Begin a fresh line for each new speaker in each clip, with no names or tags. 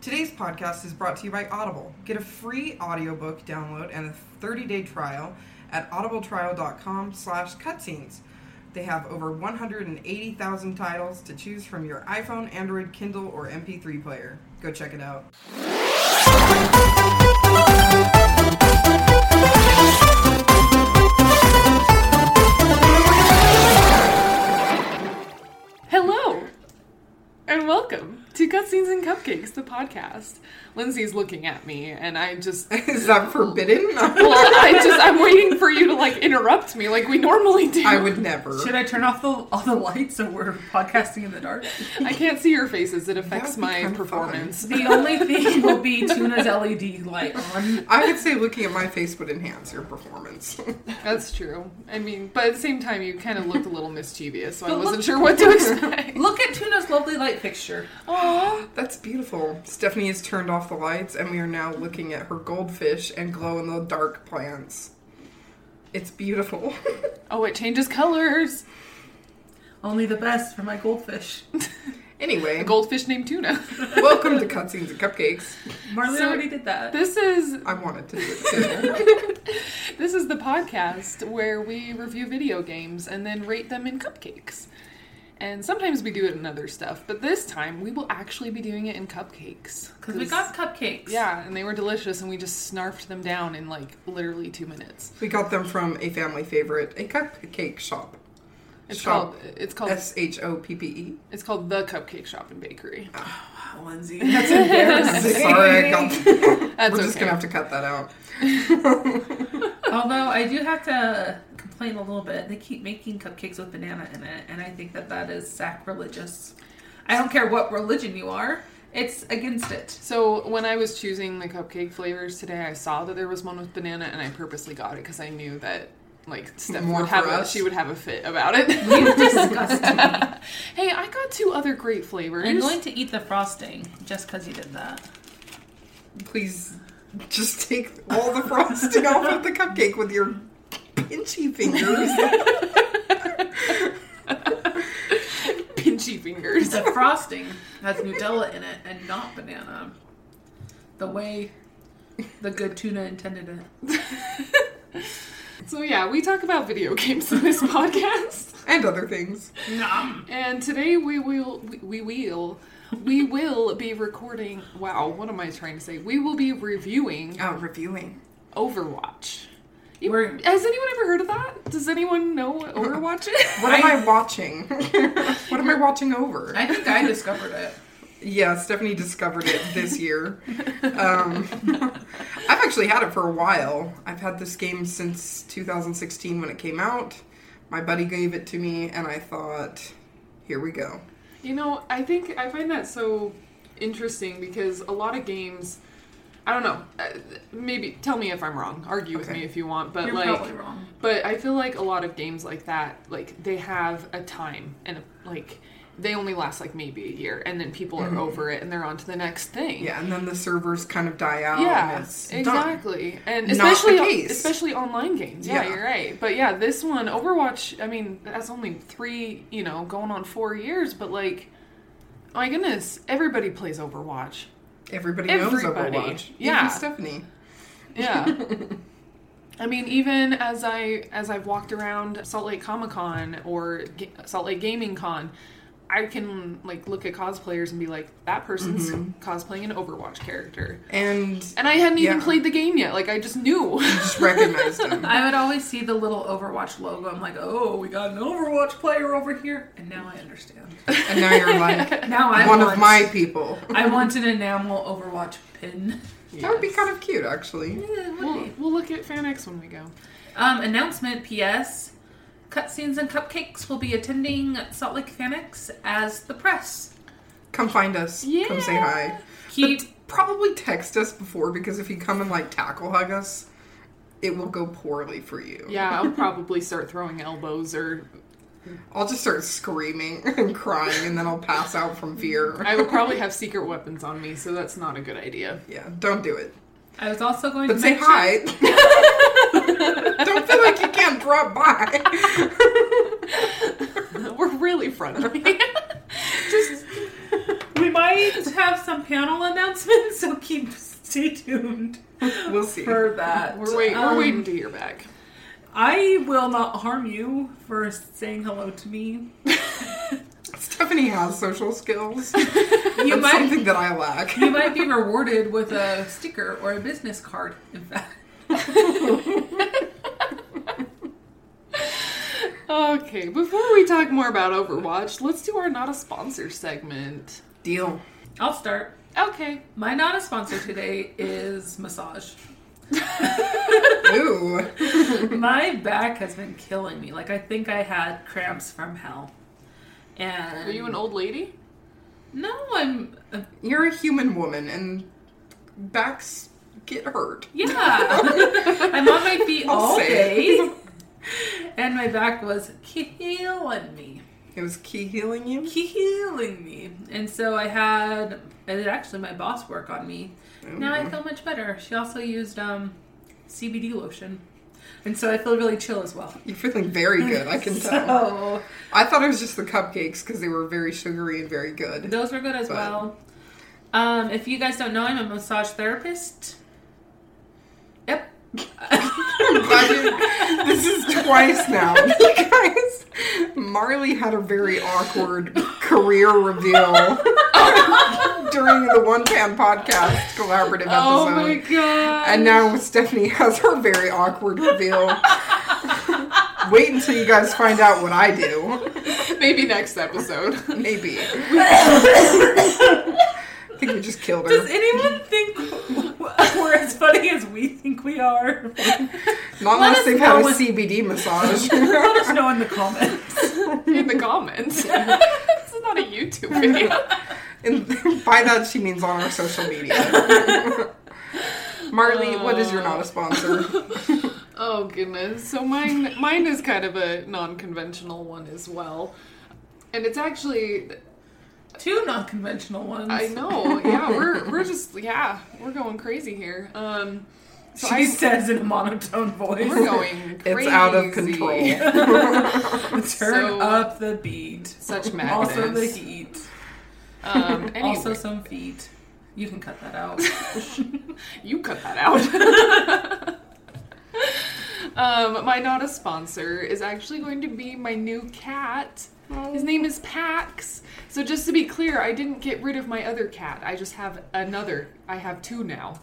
Today's podcast is brought to you by Audible. Get a free audiobook download and a 30-day trial at audibletrial.com slash cutscenes. They have over 180,000 titles to choose from your iPhone, Android, Kindle, or MP3 player. Go check it out.
Hello, and welcome to Cutscenes and Cupcakes, the podcast. Lindsay's looking at me, and I just.
Is that forbidden?
Well, I just I'm waiting for you to like interrupt me like we normally do.
I would never.
Should I turn off the, all the lights so we're podcasting in the dark?
I can't see your faces. It affects
That would be
my
kinda
performance.
The only thing will be Tuna's LED light on.
I would say looking at my face would enhance your performance.
That's true. I mean, but at the same time, you kind of looked a little mischievous, so I
But look-
wasn't sure what to expect.
Look at Tuna's lovely light fixture.
Aww.
That's beautiful. Stephanie has turned off the lights, and we are now looking at her goldfish and glow in the dark plants. It's beautiful.
Oh, it changes colors.
Only the best for my goldfish.
anyway,
A goldfish named Tuna.
welcome to Cutscenes and Cupcakes.
Marley
So-
already did that.
This is
I wanted to do it too.
This is the podcast where we review video games and then rate them in cupcakes. And sometimes we do it in other stuff, but this time we will actually be doing it in cupcakes.
Because we got cupcakes.
Yeah, and they were delicious, and we just snarfed them down in like literally two minutes.
We got them from a family favorite, a cupcake shop.
It's
Shop.
called it's called
S H O P P E.
it's called the Cupcake Shop and Bakery.
Oh.
Wow, Lindsay. That's embarrassing.
Sorry, I got.
That's
We're just
okay.
gonna have to cut that out.
Although I do have to complain a little bit. They keep making cupcakes with banana in it, and I think that that is sacrilegious. I don't care what religion you are, it's against it.
So when I was choosing the cupcake flavors today, I saw that there was one with banana, and I purposely got it because I knew that like Steph
More
would have
for
a,
us.
she would have a fit about it.
You disgust me.
hey, I got two other great flavors.
I'm going to eat the frosting just because you did that.
Please, just take all the frosting off of the cupcake with your pinchy fingers.
pinchy fingers.
The frosting has Nutella in it and not banana. The way the good tuna intended it.
so yeah, we talk about video games in this podcast,
and other things.
Nom.
and today we will we, we will we will be recording. Wow, what am I trying to say? We will be reviewing
Oh, reviewing.
Overwatch. You-
We're-
has anyone ever heard of that? Does anyone know what Overwatch is?
What am I watching? what am I watching over?
I think I discovered it.
Yeah, Stephanie discovered it this year. Um, I've actually had it for a while. I've had this game since 2016 when it came out. My buddy gave it to me, and I thought, here we go.
You know, I think I find that so interesting because a lot of games. I don't know. uh, Maybe tell me if I'm wrong. Argue with
Okay.
me if you want. But
You're
like,
probably wrong.
But I feel like a lot of games like that, like they have a time and a, like they only last like maybe a year, and then people
Mm-hmm.
are over it and they're on to the next thing.
Yeah, and then the servers kind of die out.
Yeah,
and Um, it's done.
exactly, and
Not
especially
the case.
especially online games. Yeah,
Yeah.
you're right. But yeah, this one, Overwatch. I mean, that's only three, you know, going on four years. But like, my goodness, everybody plays Overwatch.
Everybody, knows
Everybody.
Overwatch.
Yeah.
Even Stephanie.
Yeah. I mean, even as I as I've walked around Salt Lake Comic Con or G- Salt Lake Gaming Con, I can like look at cosplayers and be like, that person's
Mm-hmm.
cosplaying an Overwatch character,
And
and I hadn't even
Yeah.
played the game yet. Like, I just knew.
just recognized them.
I would always see the little Overwatch logo. I'm like, oh, we got an Overwatch player over here. And now I understand.
And now you're like,
Now I
one
want,
of my people.
I want an enamel Overwatch pin.
That would be kind of cute, actually.
We'll, we'll look at FanX when we go.
Um, announcement PS Cutscenes and Cupcakes will be attending Salt Lake Fanex as the press.
Come find us. Come say hi.
Keep
But probably text us before because if you come and like tackle hug us, it will go poorly for you.
Yeah, I'll probably start throwing elbows, or
I'll just start screaming and crying and then I'll pass out from fear.
I will probably have secret weapons on me, so that's not a good idea.
yeah, don't do it.
I was also going
But
to
say
mention-
hi. don't feel like you can't drop by.
We're really friendly.
We might might have some panel announcements, so keep stay tuned
We'll see.
for that.
We're waiting.
Um,
we're waiting to hear back.
I will not harm you for saying hello to me.
Stephanie has social skills.
You
That's
might
something that I lack.
you might be rewarded with a sticker or a business card. In fact,
Okay, before we talk more about Overwatch, let's do our not a sponsor segment.
Deal.
I'll start.
Okay.
My not a sponsor today is massage.
Ooh.
My back has been killing me. Like I think I had cramps from hell. And
Are you an old lady?
No, I'm. Uh,
You're a human woman and backs get hurt.
yeah, I'm on my feet
I'll
all
say
day, and my back was killing me,
It was key healing you?
killing me. And so I had. It did actually my boss work on me. Now
Mm-hmm.
I feel much better. She also used um, CBD lotion, and so I feel really chill as well.
You're feeling very good, I can tell.
So
I thought it was just the cupcakes because they were very sugary and very good.
those were good as
Fun.
well. Um, if you guys don't know, I'm a massage therapist. Yep.
I'm glad you- this is twice now. You guys, Marley had a very awkward career reveal during the One Pan Podcast collaborative episode.
Oh Uh,
god.
And now Stephanie has her very awkward reveal. Wait until you guys find out what I do.
Maybe next episode.
Maybe. I think we just killed
Does
her.
anyone think we're as funny as we think we are?
Not
let
unless
us
they've had
know
a
when-
CBD massage.
Let us know in the comments.
In the comments. this is not a YouTube video.
and by that, she means on our social media. Marley, what is your not a sponsor?
Oh goodness. So mine mine is kind of a non-conventional one as well. And it's actually
Two non-conventional ones.
I know. Yeah, we're we're just yeah, we're going crazy here. Um so
She
I
says in a monotone voice.
we're going crazy.
It's out of control.
Turn
So-
up the beat.
Such madness.
Also the heat.
um, anyway,
Also some feet. You can cut that out.
you cut that out. um, my not a sponsor is actually going to be my new cat. His name is Pax. So just to be clear, I didn't get rid of my other cat. I just have another. I have two now.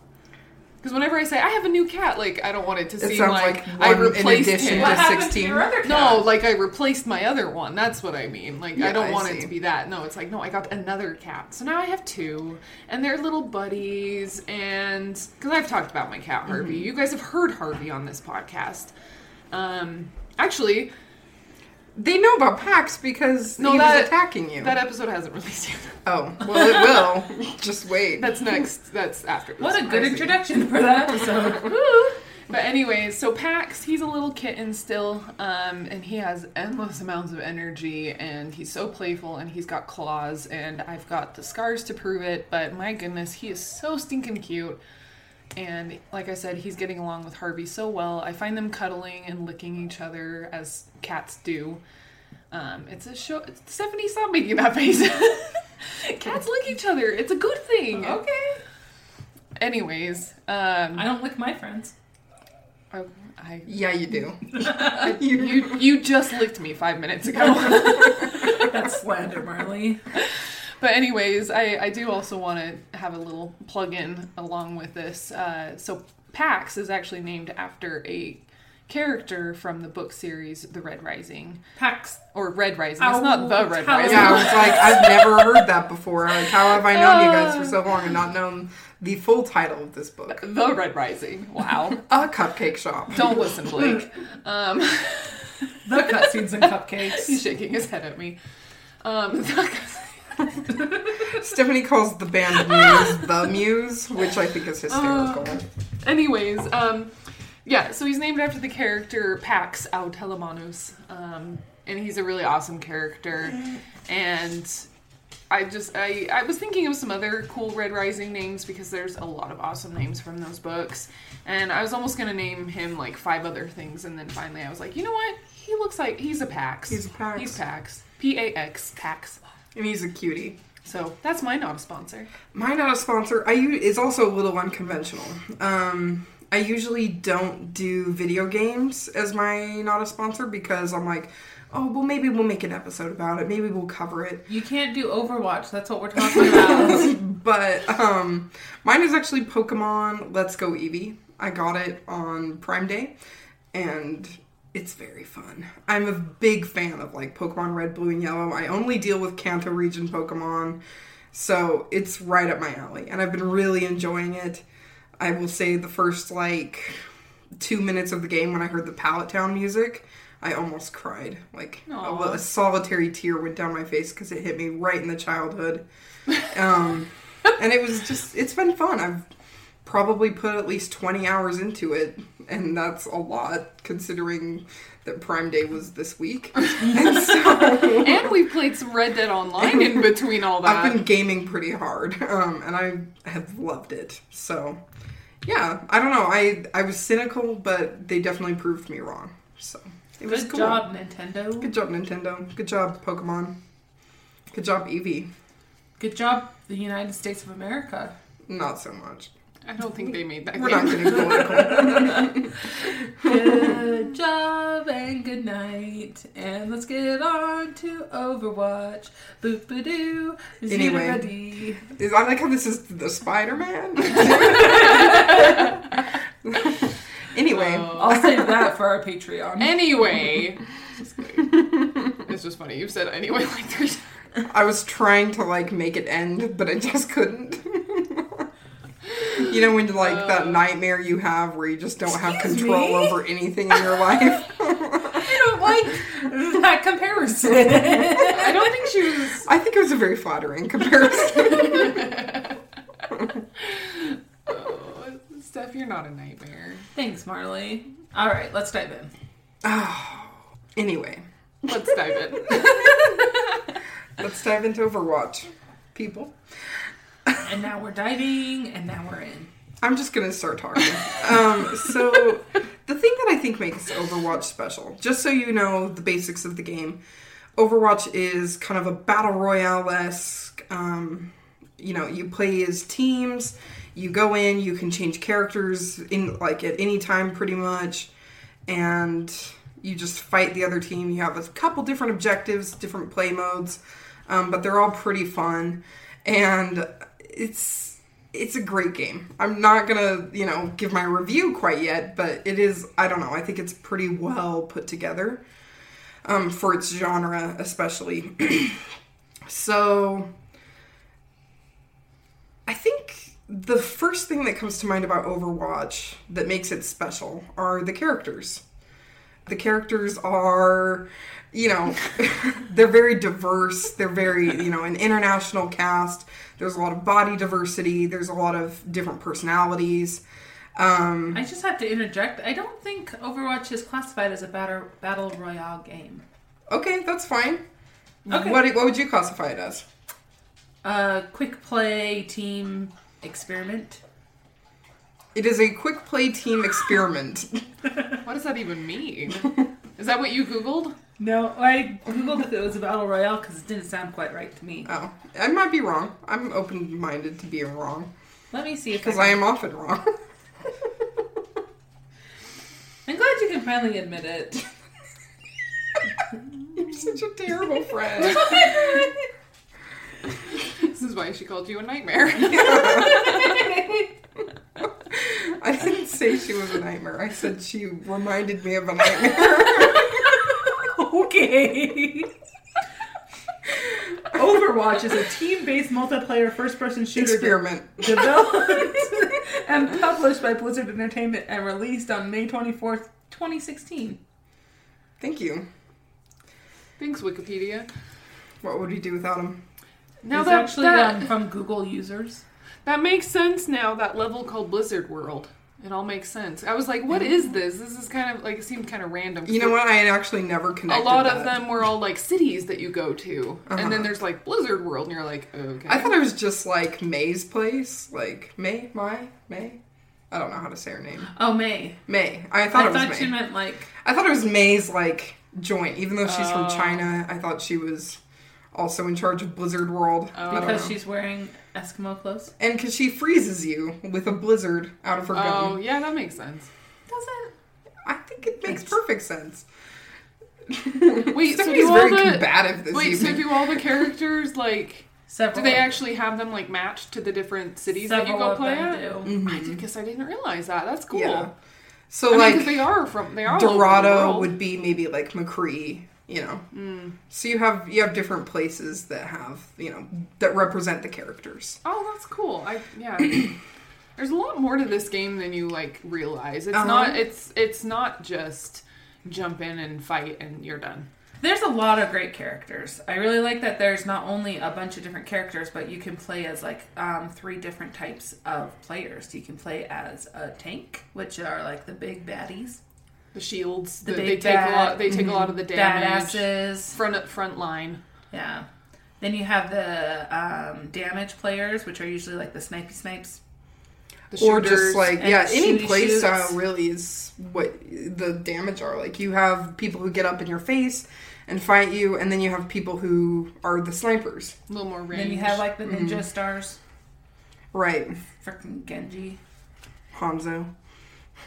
Because whenever I say I have a new cat, like I don't want it to
It
seem
sounds
like,
like
I
one in
replaced
addition
him.
to
what happened to
16?
your other cat?
No, like I replaced my other one. That's what I mean. Like
Yeah,
I don't
I
want
see.
it to be that. No, it's like no, I got another cat. So now I have two, and they're little buddies. And because I've talked about my cat Harvey, you guys have heard Harvey on this podcast. Um, actually,
They know about PAX because
No,
he
that-
was attacking you.
that episode hasn't released yet.
oh, well, it will. just wait.
That's next. That's after. this.
What a
I
good
see.
introduction for that episode.
Woo. But anyway, so Pax, he's a little kitten still, um, and he has endless amounts of energy, and he's so playful, and he's got claws, and I've got the scars to prove it. But my goodness, he is so stinking cute, and like I said, he's getting along with Harvey so well. I find them cuddling and licking each other as cats do. Um, it's a show. Stephanie, stop making that face. cats lick each other. It's a good thing.
okay.
Anyways, um,
I don't lick my friends.
I, I
Yeah, you do. you,
You you just licked me five minutes ago.
That's slander, Marley.
but anyways, I I do also want to have a little plug in along with this. Uh, so Pax is actually named after a character from the book series The Red Rising
Pax.
or Red Rising. It's
Oh,
not the Red
tell
Rising.
Yeah, I was like, I've never heard that before. Like, how have I known you guys for
Uh.
so long and not known the full title of this book?
The Red Rising. Wow.
A cupcake shop.
Don't listen, Blake. Um,
The cutscenes and cupcakes.
he's shaking his head at me. Um,
Stephanie calls the band Muse the Muse, which I think is hysterical.
Uh. Anyways, um, yeah, so he's named after the character Pax Autelemanus, um, and he's a really awesome character. And I just I I was thinking of some other cool Red Rising names because there's a lot of awesome names from those books, and I was almost gonna name him like five other things, and then finally I was like, you know what? He looks like he's a Pax.
He's a Pax.
He's Pax. P A X Pax.
and he's a cutie.
So that's my not a sponsor.
My not a sponsor. I u- is also a little unconventional. Um, I usually don't do video games as my not a sponsor because I'm like, oh well, maybe we'll make an episode about it. Maybe we'll cover it.
You can't do Overwatch. That's what we're talking about.
But um, mine is actually Pokemon Let's Go Eevee. I got it on Prime Day, and it's very fun. I'm a big fan of like Pokemon Red, Blue, and Yellow. I only deal with Kanto region Pokemon, so it's right up my alley, and I've been really enjoying it. I will say the first like two minutes of the game when I heard the Pallet Town music, I almost cried. Like a,
Aw.
a solitary tear went down my face because it hit me right in the childhood. Um, and it was just, it's been fun. I've probably put at least 20 hours into it, and that's a lot considering that Prime Day was this week. and so
And we played some Red Dead Online in between all that.
I've been gaming pretty hard, um, and I have loved it. So, yeah, I don't know. I I was cynical, but they definitely proved me wrong. So it was
Good
cool.
job, Nintendo.
Good job, Nintendo. Good job, Pokemon. Good job, Eevee.
Good job, the United States of America.
Not so much.
I don't think they made that
We're
game.
not getting political.
Good job and good night. And let's get on to Overwatch. Boop ba doo.
Anyway. Is I like how this is the Spider Man. anyway,
Oh.
I'll save that for our Patreon.
Anyway, Just kidding. it's just funny. You've said anyway like three times.
I was trying to like make it end, but I just couldn't. you know when like that
Uh.
nightmare you have where you just don't have
Oh. Excuse
control
me?
over anything in your life.
I don't like that comparison.
I don't think she was.
I think it was a very flattering comparison.
Oh, Steph, you're not a nightmare.
Thanks, Marley. All right, let's dive in.
oh. Anyway,
Let's dive in.
let's dive into Overwatch, people.
And now we're diving, and now we're in.
I'm just gonna start talking. um, so the thing that I think makes Overwatch special, just so you know the basics of the game, Overwatch is kind of a battle royale esque. Um, you know, you play as teams. You go in. You can change characters in like at any time, pretty much, and you just fight the other team. You have a couple different objectives, different play modes, um, but they're all pretty fun, and it's it's a great game. I'm not gonna, you know, give my review quite yet, but it is. I don't know. I think it's pretty well put together um, for its genre, especially. so, I think the first thing that comes to mind about Overwatch that makes it special are the characters. The characters are, you know, they're very diverse. They're very, you know, an international cast. There's a lot of body diversity. There's a lot of different personalities. Um,
I just have to interject. I don't think Overwatch is classified as a battle battle royale game.
okay, that's fine.
Okay.
What, what would you classify it as?
Uh, quick play team experiment.
It is a quick play team experiment.
What does that even mean? Is that what you googled?
No, I googled if it was a battle royale because it didn't sound quite right to me.
Oh, I might be wrong. I'm open minded to being wrong
Let me see if
because I
I
am often wrong.
I'm glad you can finally admit it.
You're such a terrible friend.
This is why she called you a nightmare.
I didn't say she was a nightmare. I said she reminded me of a nightmare.
okay. Overwatch is a team-based multiplayer first-person shooter
Experiment.
developed and published by Blizzard Entertainment and released on May 24th, 2016.
Thank you.
Thanks, Wikipedia.
What would we do without him?
Now
it's
that,
actually
that,
um, from Google users.
that makes sense now, that level called Blizzard World. It all makes sense. I was like, what is this? This is kind of like, it seemed kind of random.
You know what? I had actually never
A
connected.
lot of
that.
them were all like cities that you go to.
Uh-huh.
And then there's like Blizzard World, and you're like, okay.
I thought it was just like May's place, like May, my May. I don't know how to say her name.
Oh, May.
May. I
I
thought
thought,
it was May.
you meant like
I thought it was May's like joint, even though she's from
Oh.
China. I thought she was also in charge of Blizzard World.
Oh.
I don't
because
know.
she's wearing Eskimo clothes.
and because she freezes you with a blizzard out of her
Oh,
gun.
yeah, that makes sense.
Doesn't
I think it makes perfect sense.
Wait, so
Stephanie's
do all
very
the
combative this
wait, so
evening.
do all the characters like? Do
several?
they actually have them like matched to the different cities that you
several
go
of
play
them
at?
do.
I did- guess I didn't realize that. That's cool.
Mm-hmm. Yeah. So
I mean, 'cause
like
they are from they are all over the
Dorado
world. Hmm.
would be maybe like McCree, you know. So you have you have different places that have you know that represent the characters.
Oh, that's cool. I yeah. There's a lot more to this game than you like realize. It's
Uh-huh.
not it's it's not just jump in and fight and you're done.
There's a lot of great characters. I really like that there's not only a bunch of different characters, but you can play as like um, three different types of players. You can play as a tank, which are like the big baddies,
The shields,
The
the, they
big
take
bad- mhm, mm-hmm.
a lot they take a lot of the damage.
badasses.
Front front line.
Yeah. Then you have the um, damage players, which are usually like the snipey snipes.
The
or
shooters.
just like
and
yeah, any
shooty
play
shoots.
style really is what the damage are. Like you have people who get up in your face and fight you, and then you have people who are the snipers,
a little more range.
Then you have like the ninja
Mm-hmm.
stars,
right?
freaking Genji.
Hanzo,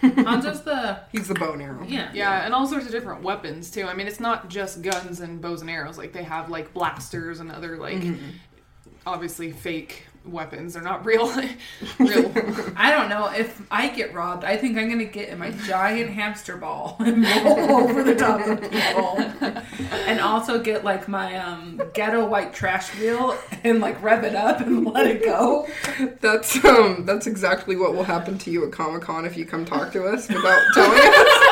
Hanzo's the
he's the bow and arrow.
yeah.
yeah, and all sorts of different weapons too. I mean, it's not just guns and bows and arrows. Like they have like blasters and other like obviously fake weapons. They're not real real
I don't know if I get robbed. I think I'm gonna get in my giant hamster ball and roll over the top of people, and also get like my um, ghetto white trash wheel and like rev it up and let it go.
That's um that's exactly what will happen to you at Comic Con if you come talk to us without telling us.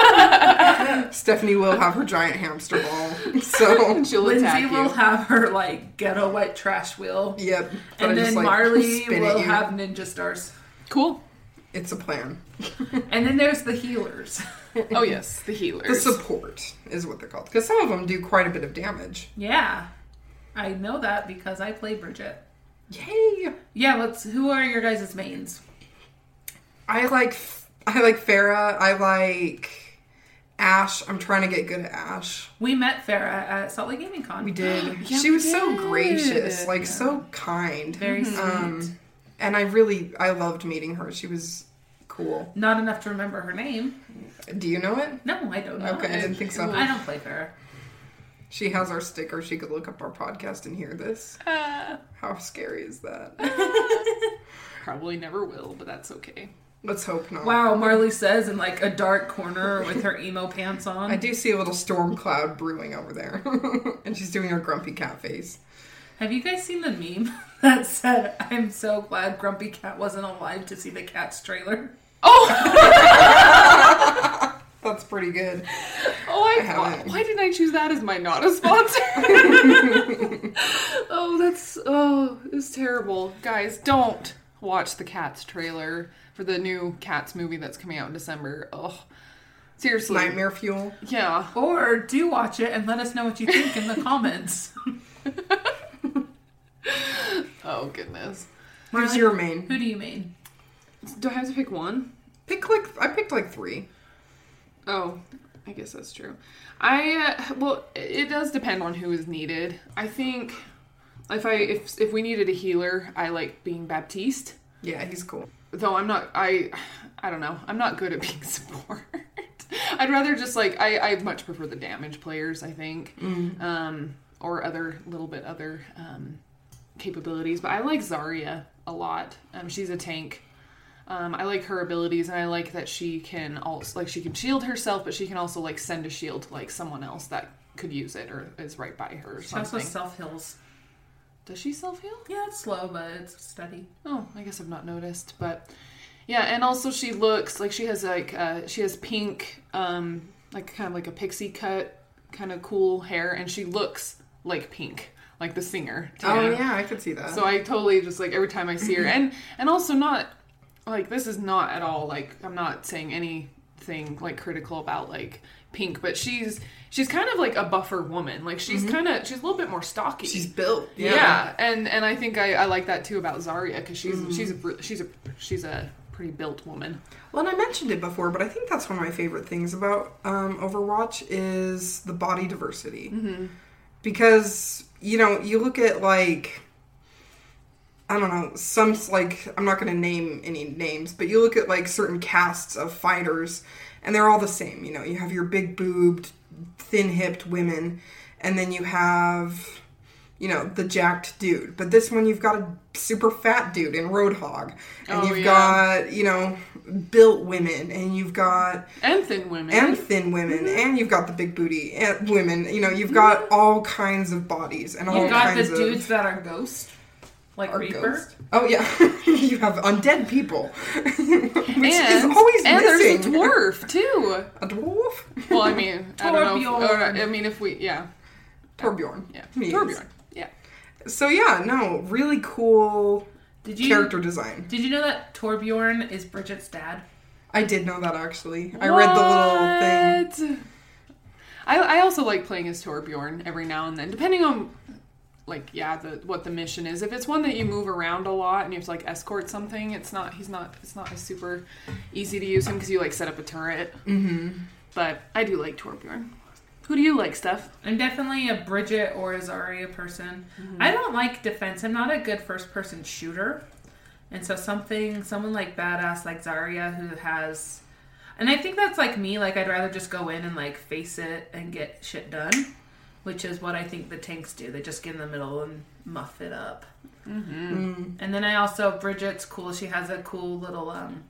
Stephanie will have her giant hamster ball. So
she'll attack
Lindsay
you.
will have her like ghetto white trash wheel,
yep. But I
and then
just, like,
Marley
spin at
will
you.
have ninja stars.
Cool.
it's a plan.
And then there's the healers.
Oh yes, the healers.
The support is what they're called because some of them do quite a bit of damage.
yeah, I know that because I play Bridget.
Yay!
Yeah, let's. Who are your guys' mains?
I like I like Farah. I like Ash. I'm trying to get good at Ash.
We met Farah at Salt Lake Gaming Con.
We did.
Yeah,
she
we
was so
did.
gracious, like so kind.
Very sweet.
Um, and I really I loved meeting her. She was cool.
Not enough to remember her name.
Do you know it?
No, I don't know.
Okay, I didn't think so.
Oh, I don't play Farah.
She has our sticker. She could look up our podcast and hear this. How scary is that?
Uh.
Probably never will, but that's okay.
Let's hope not.
Wow, Marley says in like a dark corner with her emo pants on.
I do see a little storm cloud brewing over there. and she's doing her grumpy cat face.
Have you guys seen the meme that said, "I'm so glad Grumpy Cat wasn't alive to see the cat's trailer"?
Oh,
That's pretty good.
oh!
I
I,
haven't.
why, didn't I choose that as my not a sponsor? oh, that's oh, it's terrible, guys. Don't watch the Cats trailer for the new Cats movie that's coming out in December. Oh, seriously,
Nightmare fuel.
yeah.
Or do watch it and let us know what you think in the comments.
Oh goodness.
Who's your main?
Who do you mean?
Do I have to pick one?
Pick like I picked like three.
Oh, I guess that's true. I uh, well, it does depend on who is needed. I think if I if if we needed a healer, I like being Baptiste.
Yeah, he's cool.
Though I'm not, I I don't know. I'm not good at being support. I'd rather just like I I much prefer the damage players. I think, um, or other little bit other um, capabilities. But I like Zarya a lot. Um, she's a tank. Um, I like her abilities, and I like that she can also like she can shield herself, but she can also like send a shield to like someone else that could use it or is right by her or
She also
something.
self heals.
Does she self heal?
Yeah, it's slow, but it's steady.
Oh, I guess I've not noticed, but yeah, and also she looks like she has like uh, she has pink, um, like kind of like a pixie cut, kind of cool hair, and she looks like Pink, like the singer. to
Oh
me.
yeah, I could see that.
So I totally just like every time I see her, and and also not like this is not at all like I'm not saying anything like critical about like Pink, but she's she's kind of like a buffer woman. Like she's
Mm-hmm.
kind of she's a little bit more stocky.
she's built.
Yeah. and and I think I, I like that too about Zarya because she's
Mm-hmm.
she's a br- she's a she's a pretty built woman.
Well, and I mentioned it before, but I think that's
Mm-hmm.
one of my favorite things about um, Overwatch is the body diversity. because you know you look at like I don't know some like I'm not going to name any names, but you look at like certain casts of fighters, and they're all the same. You know, you have your big boobed, thin hipped women, and then you have you know the jacked dude. But this one you've got a super fat dude in Roadhog, and
Oh,
you've
yeah.
got you know built women, and you've got
and Mm-hmm. thin women.
and thin women, and you've got the big booty and women. You know, you've
Mm-hmm.
got all kinds of bodies and all
You got the
kinds of.
dudes that are ghost, like
are
Reaper.
ghosts. Oh yeah, you have undead people, which is
and,
always
and
missing.
there's a dwarf too.
A dwarf?
Well, I mean, I don't know. If, or,
Torbjorn.
I mean, if we, yeah,
Torbjorn.
yeah,
Yes.
Torbjorn, yeah.
So yeah, no, really cool
Did you
character design.
Did you know that Torbjorn is Bridget's dad?
I did know that actually. I read the little thing.
little thing. I, I also like playing as Torbjorn every now and then, depending on, like, yeah, the what the mission is. If it's one that you move around a lot and you have to like escort something, it's not he's not it's not as super easy to use him because you like set up a turret. Mm-hmm. But I do like Torbjorn. Who do you like, Steph?
I'm definitely a Bridget or Azaria person.
Mm-hmm.
I don't like defense. I'm not a good first person shooter. And so something someone like badass like Zarya who has and I think that's like me, like I'd rather just go in and like face it and get shit done. Which is what I think the tanks do. They just get in the middle and muff it up.
Mm.
Mm-hmm. And then I also Bridget's cool. She has a cool little um.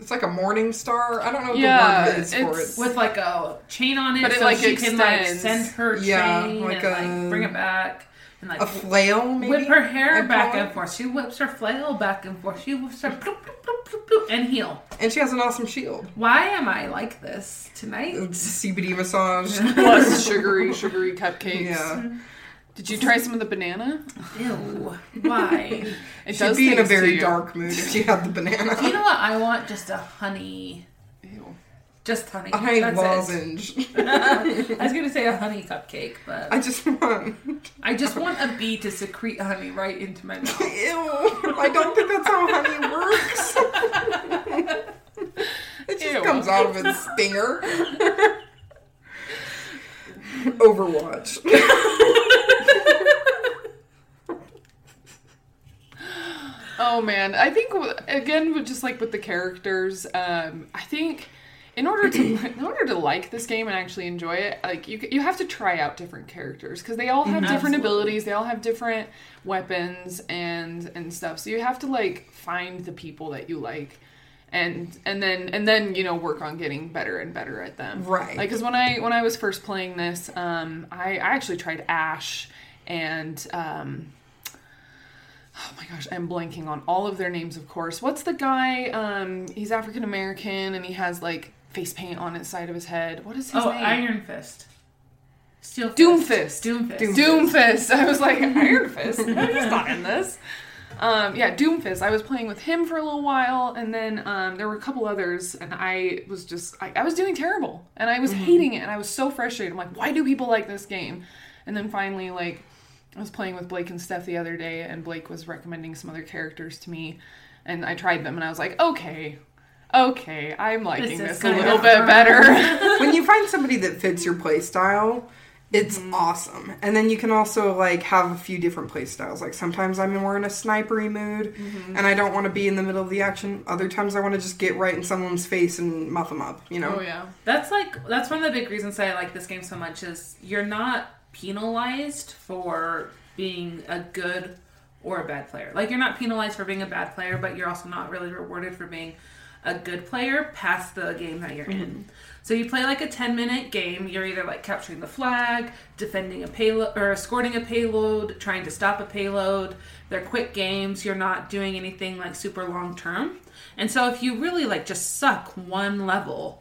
It's like a morning star. I don't know what
Yeah,
the word is for
it's-
it.
with like a chain on it,
But it,
so
like,
she can like
extends.
send her
Yeah,
chain
like
and
a-
like bring it back and like
A flail, maybe.
whip her hair
I'd
back
call
and
it.
forth. She whips her flail back and forth. She whips her bloop, bloop, bloop, bloop, bloop, and heel.
And she has an awesome shield.
Why am I like this tonight?
CBD massage.
Plus sugary, sugary cupcakes.
Yeah.
Did you try some of the banana?
Ew. Why?
It
She'd be in a
things to
very
you.
dark mood if she had the
you
banana.
know what I want? Just a honey.
Ew.
Just honey.
A honey
That's it.
lozenge.
I was gonna say a honey cupcake, but
I just want.
I just want a bee to secrete honey right into my mouth.
Ew. I don't think that's how honey works. it just
Ew.
comes out of its stinger. Overwatch.
Oh man, I think w- again, with just like with the characters, um, I think in order to in order to like this game and actually enjoy it, like you c- you have to try out different characters because they all have different
Absolutely.
abilities, they all have different weapons and and stuff. So you have to like find the people that you like. And, and then and then you know work on getting better and better at them
Right.
like because when i when i was first playing this um i, I actually tried ash and um Oh my gosh, I'm blanking on all of their names, of course. What's the guy? Um, he's African American and he has like face paint on his side of his head. What is his
Oh,
name?
Iron Fist. Steel
Doomfist.
Doomfist.
Doom-
Doomfist. I was like, Iron Fist? No, he's not in this. Um, yeah, Doomfist. I was playing with him for a little while, and then um, there were a couple others, and I was just, I, I was doing terrible, and I was hating it, and I was so frustrated. I'm like, why do people like this game? And then finally, like, I was playing with Blake and Steph the other day, and Blake was recommending some other characters to me, and I tried them, and I was like, okay, okay, I'm liking
is
this, a
gonna
little
be
bit
fun.
better.
when you find somebody that fits your play style, it's awesome. And then you can also like have a few different play styles. Like sometimes I'm more in a snipery mood and I don't want to be in the middle of the action. Other times I want to just get right in someone's face and muff them up, you know?
oh yeah.
That's like that's one of the big reasons I like this game so much is you're not penalized for being a good or a bad player. Like you're not penalized for being a bad player, but you're also not really rewarded for being a good player past the game that you're in. So you play like a 10 minute game, you're either like capturing the flag, defending a payload or escorting a payload, trying to stop a payload. They're quick games, you're not doing anything like super long term. And so if you really like just suck one level,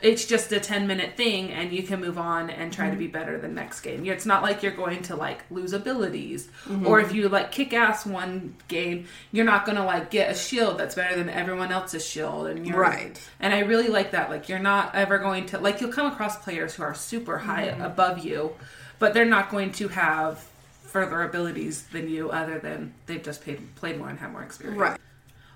it's just a 10 minute thing and you can move on and try to be better the next game it's not like you're going to like lose abilities or if you like kick ass one game you're not going to like get a shield that's better than everyone else's shield and you're
Right.
and i really like that like you're not ever going to like you'll come across players who are super high above you but they're not going to have further abilities than you other than they've just paid, played more and have more experience
Right.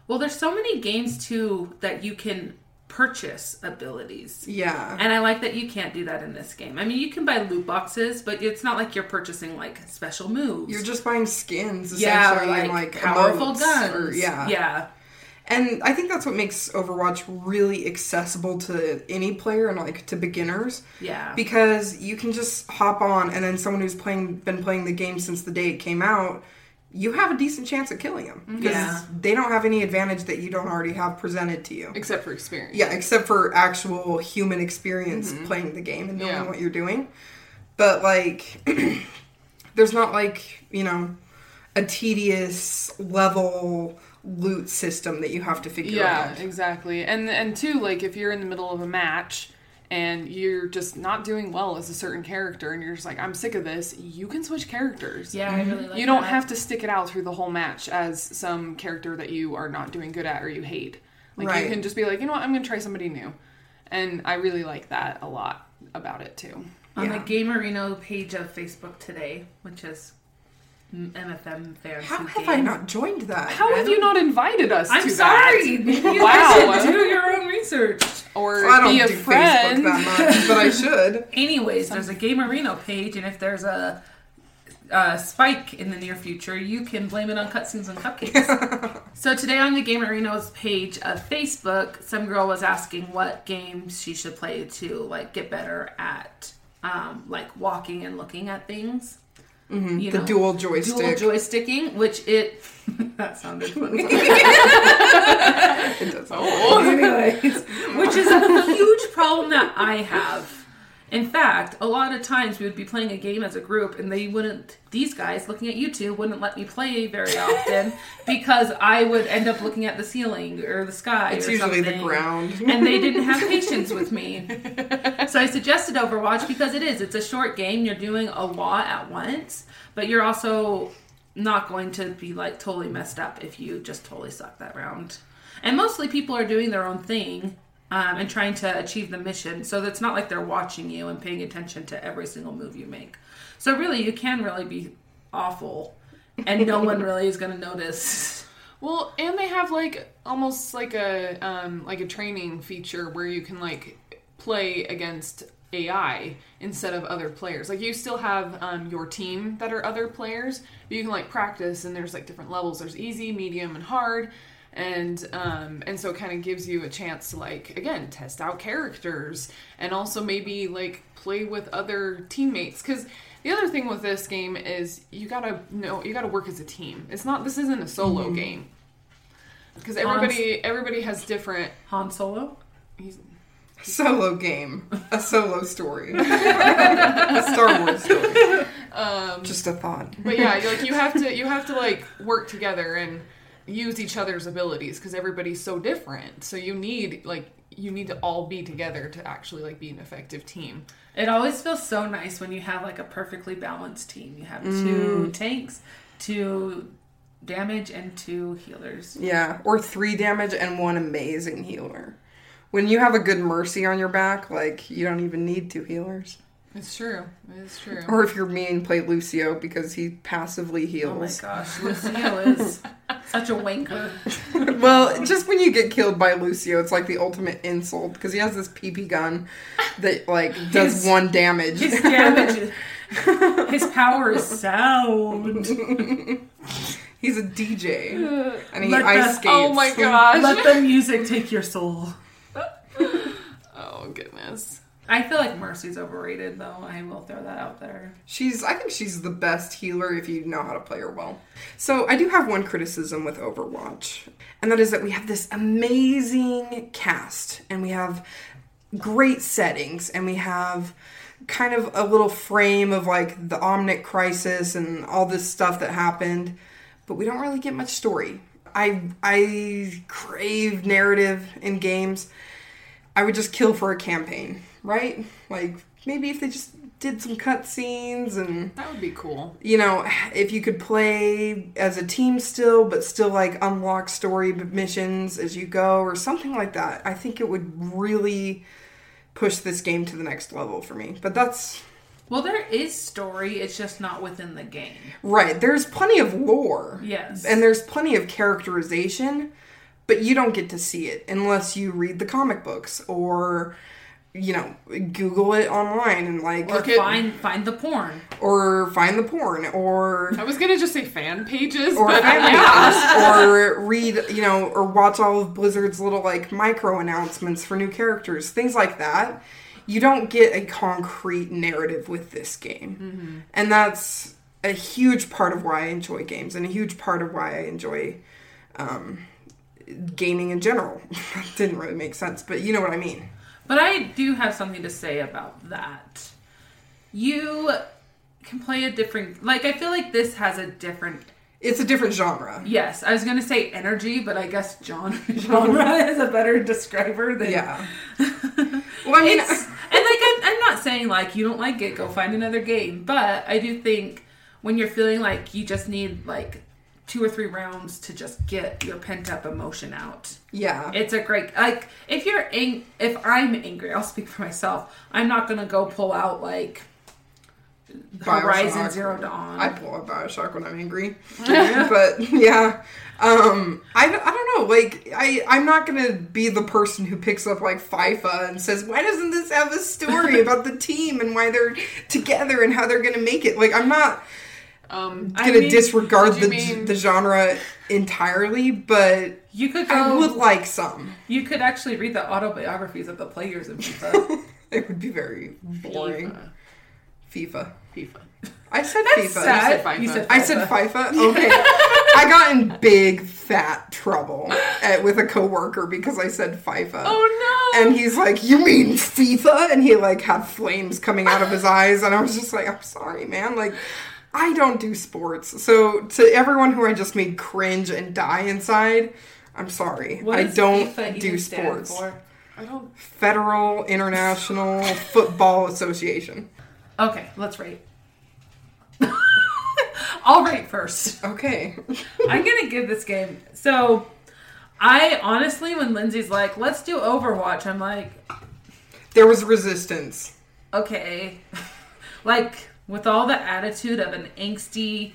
well, there's so many games too that you can purchase abilities.
Yeah.
And I like that you can't do that in this game. I mean, you can buy loot boxes, but it's not like you're purchasing like special moves.
You're just buying skins, essentially,
yeah, or,
and
like,
like
powerful
emotes
guns.
or- yeah.
yeah,
And I think that's what makes Overwatch really accessible to any player and like to beginners.
yeah.
because you can just hop on and then someone who's playing been playing the game since the day it came out you have a decent chance at killing them
Mm-hmm.
because
Yeah.
they don't have any advantage that you don't already have presented to you
except for experience.
yeah except for actual human experience playing the game and knowing
Mm-hmm. Yeah.
what you're doing but like there's not like you know a tedious level loot system that you have to figure
Yeah,
out
exactly. And and two, like if you're in the middle of a match and you're just not doing well as a certain character and you're just like I'm sick of this, you can switch characters.
yeah, I really like
you don't
that.
have to stick it out through the whole match as some character that you are not doing good at or you hate. Like
Right.
you can just be like, you know what, I'm gonna try somebody new. And I really like that a lot about it too.
on
Yeah.
the Gamerino page of Facebook today, which is MFM fans.
how
who
have
game.
I not joined that?
How have you not invited us?
I'm
to
sorry.
that?
You
Wow.
guys should do your own research.
Or
I don't
be a
do
friend.
Facebook that much, but I should.
Anyways, there's a Gamerino page, and if there's a, a spike in the near future, you can blame it on cutscenes and cupcakes. so today on the Gamerino's page of Facebook, some girl was asking what games she should play to like get better at, um, like walking and looking at things. You
Mm-hmm. the
know,
dual joystick.
dual joysticking, which it that sounded funny.
It does.
Oh.
Anyways, which is a huge problem that I have. In fact, a lot of times we would be playing a game as a group, and they wouldn't. These guys looking at you two wouldn't let me play very often because I would end up looking at the ceiling or the sky.
It's
or
usually the
something.
ground.
and they didn't have patience with me. So I suggested Overwatch because it is. It's a short game. You're doing a lot at once, but you're also not going to be like totally messed up if you just totally suck that round. And mostly people are doing their own thing um, and trying to achieve the mission. So that's not like they're watching you and paying attention to every single move you make. So really, you can really be awful, and no one really is going to notice.
Well, and they have like almost like a um, like a training feature where you can like play against AI instead of other players. Like you still have um, your team that are other players, but you can like practice. And there's like different levels. There's easy, medium, and hard. And um, and so it kind of gives you a chance to like again test out characters and also maybe like play with other teammates because the other thing with this game is you gotta know you gotta work as a team. It's not this isn't a solo game because everybody everybody has different.
Han Solo.
he's-
Solo game. A solo story. a Star Wars story. Um, Just a thought.
But yeah, you like you have to you have to like work together and use each other's abilities because everybody's so different. So you need like you need to all be together to actually like be an effective team.
It always feels so nice when you have like a perfectly balanced team. You have two tanks, two damage, and two healers.
Yeah. Or three damage and one amazing healer. When you have a good mercy on your back, like, you don't even need two healers.
It's true. It's true.
Or if you're me and play Lucio because he passively
Oh my
heals.
gosh, Lucio is such a wanker.
well, just when you get killed by Lucio, it's like the ultimate insult because he has this PP gun that, like, does
His-
one damage.
His damage, is- his power is sound.
He's a DJ. And he
Let
ice
the-
skates.
oh my gosh.
Let the music take your soul.
oh goodness.
I feel like Mercy's overrated, though. I will throw that out there.
She's I think she's the best healer if you know how to play her well. So I do have one criticism with Overwatch, and that is that we have this amazing cast and we have great settings and we have kind of a little frame of like the Omnic crisis and all this stuff that happened, but we don't really get much story. I I crave narrative in games. I would just kill for a campaign, right? Like maybe if they just did some cutscenes and
That would be cool.
you know if you could play as a team still, but still like unlock story b- missions as you go or something like that. I think it would really push this game to the next level for me. But that's
Well, there is story. It's just not within the game.
right. There's plenty of lore.
Yes.
And there's plenty of characterization, but you don't get to see it unless you read the comic books or you know google it online and like
Or
or,
Okay.
find find the porn.
find the porn or
I was gonna just say fan pages,
or
but
fan
yeah.
pages, or read you know or watch all of blizzard's little like micro announcements for new characters things like that you don't get a concrete narrative with this game
Mm-hmm.
and that's a huge part of why i enjoy games and a huge part of why i enjoy um, gaming in general that didn't really make sense but you know what i mean
But I do have something to say about that. You can play a different like I feel like this has a different
it's a different genre
yes, I was gonna say energy, but I guess genre genre is a better describer than
yeah well i mean
It's- and like I'm, I'm not saying like you don't like it go find another game but i do think when you're feeling like you just need like two or three rounds to just get your pent up emotion out
yeah
it's a great like if you're ang- if i'm angry i'll speak for myself i'm not gonna go pull out like horizon
Bioshock.
zero dawn
I pull out Bioshock when I'm angry, but yeah, um, I, I don't know. Like I I'm not gonna be the person who picks up like FIFA and says why doesn't this have a story about the team and why they're together and how they're gonna make it. Like I'm not
Um,
gonna
mean,
disregard
did
the
you mean-
the genre entirely, but
you could
I
go
would like some.
you could actually read the autobiographies of the players in fifa
It would be very boring.
FIFA.
FIFA.
FIFA.
I said
that's
FIFA.
sad
said
you
FIFA.
said
I said FIFA. Okay. I got in big fat trouble at, with a coworker because I said FIFA.
Oh no!
And he's like, "You mean FIFA?" And he like had flames coming out of his eyes, and I was just like, "I'm sorry, man. Like, I don't do sports." So to everyone who I just made cringe and die inside, I'm sorry.
What
I
does
don't
FIFA
do
even stand
sports.
for?
I don't.
Federal International Football Association.
Okay, let's rate. I'll rate first.
Okay.
I'm gonna give this game. So, I honestly, when Lindsay's like, "Let's do Overwatch," I'm like,
There was resistance.
"Okay." like with all the attitude of an angsty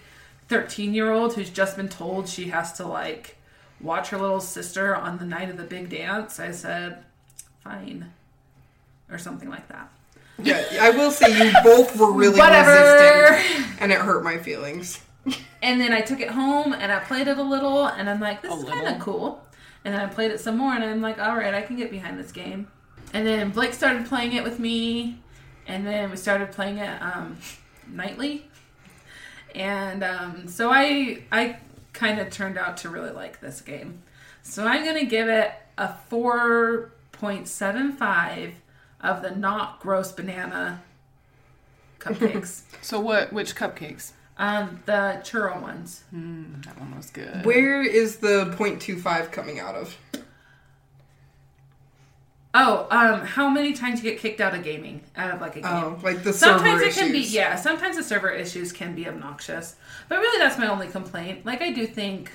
13 year old who's just been told she has to like watch her little sister on the night of the big dance, I said, "Fine," or something like that.
Yeah, I will say you both were really
Whatever.
resistant. and it hurt my feelings.
And then I took it home and I played it a little, and I'm like, this
A
is kind of
little.
cool. And then I played it some more, and I'm like, all right, I can get behind this game. And then Blake started playing it with me, and then we started playing it um, nightly. And um, so I I kind of turned out to really like this game. So I'm gonna give it a 4.75 of the not gross banana cupcakes,
So what? Which cupcakes?
um, the churro ones.
Mm, that one was good.
Where is the 0.25 coming out of?
Oh, um, how many times you get kicked out of gaming, out of like a game?
Oh, like the
sometimes
server
it can be,
issues.
yeah. Sometimes the server issues can be obnoxious, but really that's my only complaint. Like I do think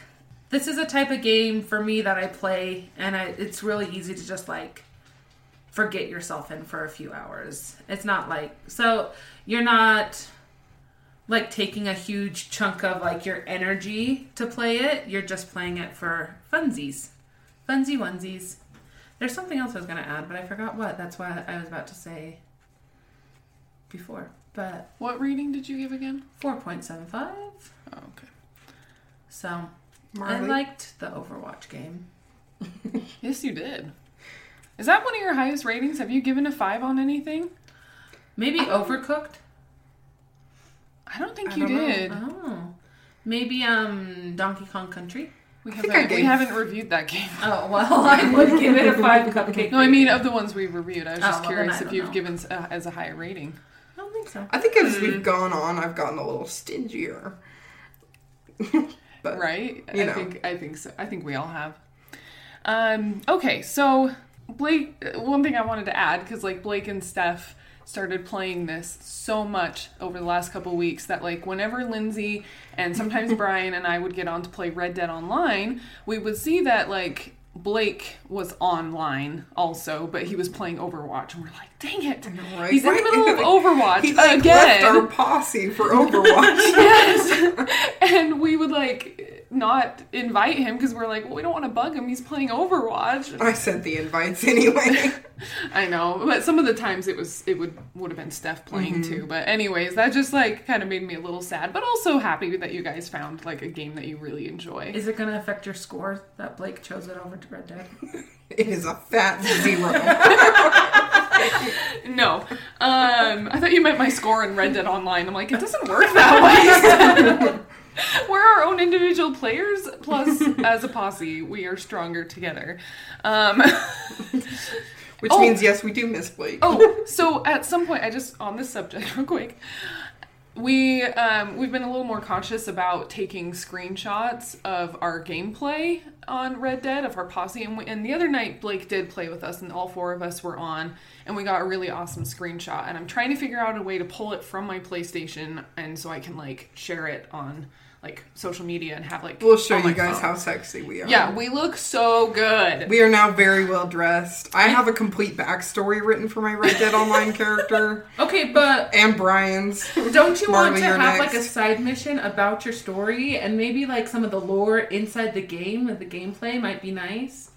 this is a type of game for me that I play, and I, it's really easy to just like forget yourself in for a few hours. It's not like so you're not like taking a huge chunk of like your energy to play it. You're just playing it for funsies, funsy onesies. There's something else I was gonna add, but I forgot what. That's what I was about to say before. But
What rating did you give again?
four point seven five.
Oh, okay.
So I
Marley?
liked the Overwatch game.
Yes, you did. Is that one of your highest ratings? Have you given a five on anything?
Maybe Overcooked.
I don't think
I
you
don't know.
did.
Oh, maybe um Donkey Kong Country.
We
think
haven't.
I
we
gave-
haven't reviewed that game.
Oh well, I would give it a five cupcake.
No, I mean
rating.
of the ones we reviewed. I was
Oh,
just
well, then I
curious if
don't
you've
know.
given s- uh, as a high rating.
I don't think so.
I think as we've gone on, I've gotten a little stingier. but
right?
you
I
know.
think I think so. I think we all have. Um, okay, so Blake. uh, One thing I wanted to add because like Blake and Steph started playing this so much over the last couple weeks that like whenever Lindsay and sometimes Brian and I would get on to play Red Dead Online, we would see that like. Blake was online also, but he was playing Overwatch, and we're like, "Dang it!
right?
He's in the
Right?
middle of Overwatch
he like,
again."
left our posse for Overwatch.
yes. and we would like not invite him because we're like, well, we don't want to bug him. He's playing Overwatch.
I sent the invites anyway.
I know, but some of the times it was it would would have been Steph playing too. But anyways, that just like kind of made me a little sad, but also happy that you guys found like a game that you really enjoy.
Is it going to affect your score that Blake chose it over to Red Dead?
it is a fat zero.
No, um, I thought you meant my score in Red Dead Online. I'm like, it doesn't work that way. We're our own individual players. Plus, as a posse, we are stronger together. Um,
Which
Oh.
means, yes, we do miss Blake.
oh, so at some point, I just on this subject real quick. We um, we've been a little more conscious about taking screenshots of our gameplay on Red Dead of our posse, and, we, and the other night Blake did play with us, and all four of us were on, and we got a really awesome screenshot. And I'm trying to figure out a way to pull it from my PlayStation, and so I can like share it on like social media and have like
We'll show
on Oh my
you guys
phone.
how sexy we are.
Yeah, we look so good.
We are now very well dressed. I have a complete backstory written for my Red Dead Online character
Okay, but
and Brian's.
don't you want
Marley,
to
you're
have like a
next.
side mission about your story and maybe like some of the lore inside the game? That the gameplay might be nice.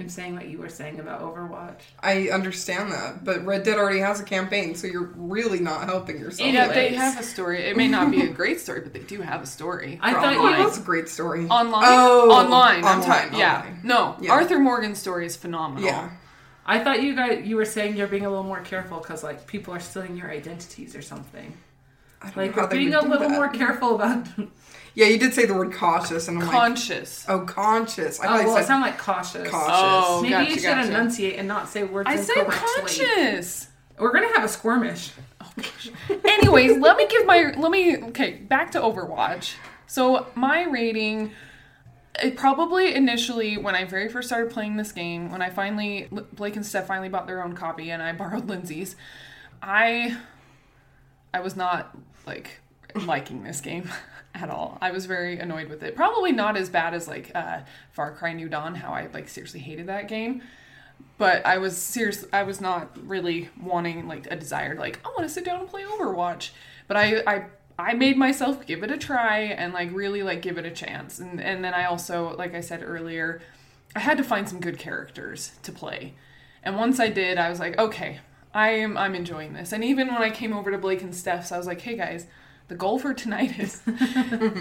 I'm saying what you were saying about Overwatch.
I understand that, but Red Dead already has a campaign, so you're really not helping yourself.
It-
Yeah, they
Anyways.
have a story. It may not be a great story, but they do have a story.
I
for
thought you-
Oh,
online.
that's a great story.
online.
Oh,
online. I'm
online,
talking. Yeah,
online.
no.
Yeah.
Arthur Morgan's story is phenomenal.
Yeah.
I thought you guys you were saying you're being a little more careful because like people are stealing your identities or something.
I don't
Like
know how
you're
they
being
would
a
do
little
that.
more careful about.
Yeah, you did say the word cautious, and I'm like,
Conscious.
oh, conscious. I
Oh,
thought
well,
you
it
said
sound like
cautious.
cautious.
Oh,
Maybe
gotcha,
you should
gotcha.
enunciate and not say words.
I said
incorrectly.
conscious.
We're gonna have a skirmish.
Anyways, let me give my let me okay back to Overwatch. So my rating, it probably initially when I very first started playing this game, when I finally Blake and Steph finally bought their own copy and I borrowed Lindsay's, I I was not like liking this game at all. I was very annoyed with it. Probably not as bad as like uh, Far Cry New Dawn, how I like seriously hated that game but I was serious. I was not really wanting like a desire. Like I want to sit down and play Overwatch, but I I I made myself give it a try and like really like give it a chance. And and then I also like I said earlier, I had to find some good characters to play. And once I did, I was like, okay, I am I'm enjoying this. And even when I came over to Blake and Steph's, I was like, hey guys, the goal for tonight is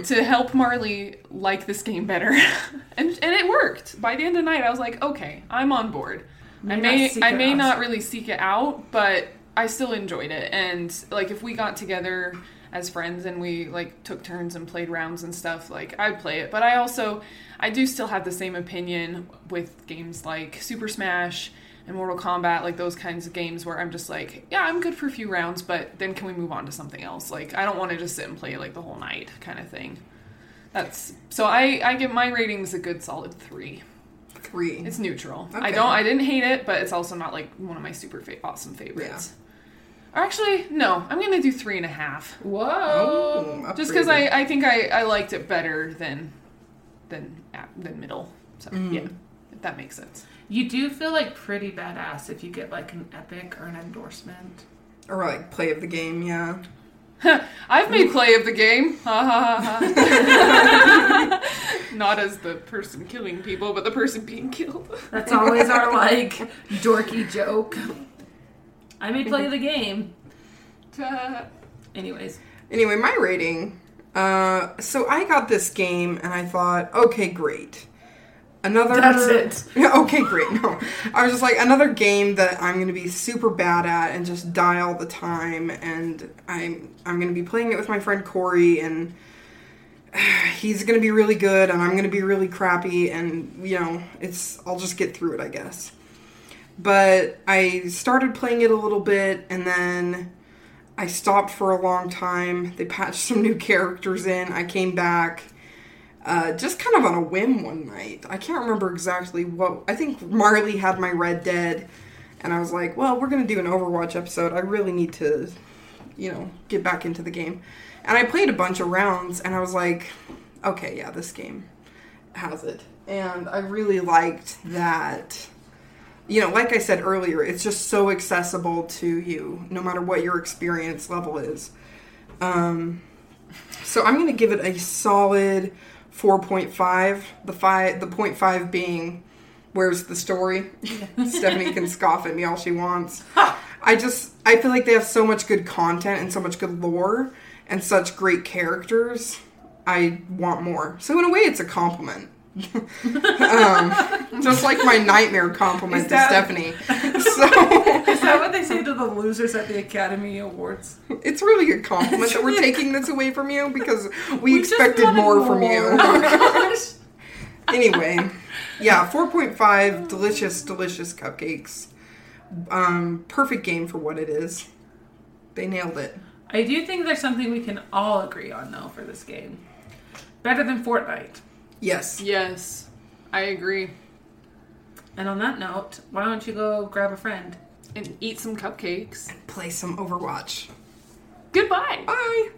to help Marley like this game better. and and it worked. By the end of the night, I was like, okay, I'm on board. I
not
may
seek
I
it
may
out.
not really seek it out, but I still enjoyed it. And like if we got together as friends and we like took turns and played rounds and stuff, like I'd play it. But I also I do still have the same opinion with games like Super Smash and Mortal Kombat, like those kinds of games where I'm just like, yeah, I'm good for a few rounds, but then can we move on to something else? Like I don't want to just sit and play like the whole night kind of thing. That's so I I give my ratings a good solid 3.
three.
It's neutral. I
Okay.
don't. I didn't hate it, but it's also not like one of my super fa- awesome favorites. Or actually, no. I'm gonna do three and a half,
Whoa!
Mm,
just because I,
upgraded.
I think I, I liked it better than than at- than middle. So yeah, if that makes sense.
You do feel like pretty badass if you get like an epic or an endorsement.
Or like play of the game, yeah.
I've made play of the game. Ha ha ha ha. Not as the person killing people, but the person being killed.
That's always our like dorky joke. I may play the game.
Ta.
Anyways,
Anyway, my rating. Uh, so I got this game and I thought, okay, great. Another.
That's it.
Yeah, okay, great. No, I was just like another game that I'm gonna be super bad at and just die all the time, and I'm I'm gonna be playing it with my friend Corey, and he's gonna be really good, and I'm gonna be really crappy, and you know, it's I'll just get through it, I guess. But I started playing it a little bit, and then I stopped for a long time. They patched some new characters in. I came back uh, just kind of on a whim one night. I can't remember exactly what. I think Marley had my Red Dead, and I was like, well, we're going to do an Overwatch episode. I really need to, you know, get back into the game. And I played a bunch of rounds, and I was like, okay, yeah, this game has it. And I really liked that you know, like I said earlier, it's just so accessible to you, no matter what your experience level is. Um, so I'm going to give it a solid 4.5. The five, the point five being, where's the story? Stephanie can scoff at me all she wants. I just, I feel like they have so much good content and so much good lore and such great characters. I want more. So in a way, it's a compliment. um, just like my nightmare compliment
Is
to
that-
Stephanie. So
Is that what they say to the losers at the Academy Awards?
it's really a compliment that we're taking this away from you because we,
We just
expected
wanted
more, from
more. Oh
you.
Gosh.
anyway, yeah, 4.5 delicious, delicious cupcakes. Um, perfect game for what it is. They nailed it.
I do think there's something we can all agree on though for this game. Better than Fortnite.
Yes.
Yes, I agree.
And on that note, why don't you go grab a friend?
And eat some cupcakes.
Play some Overwatch.
Goodbye.
Bye.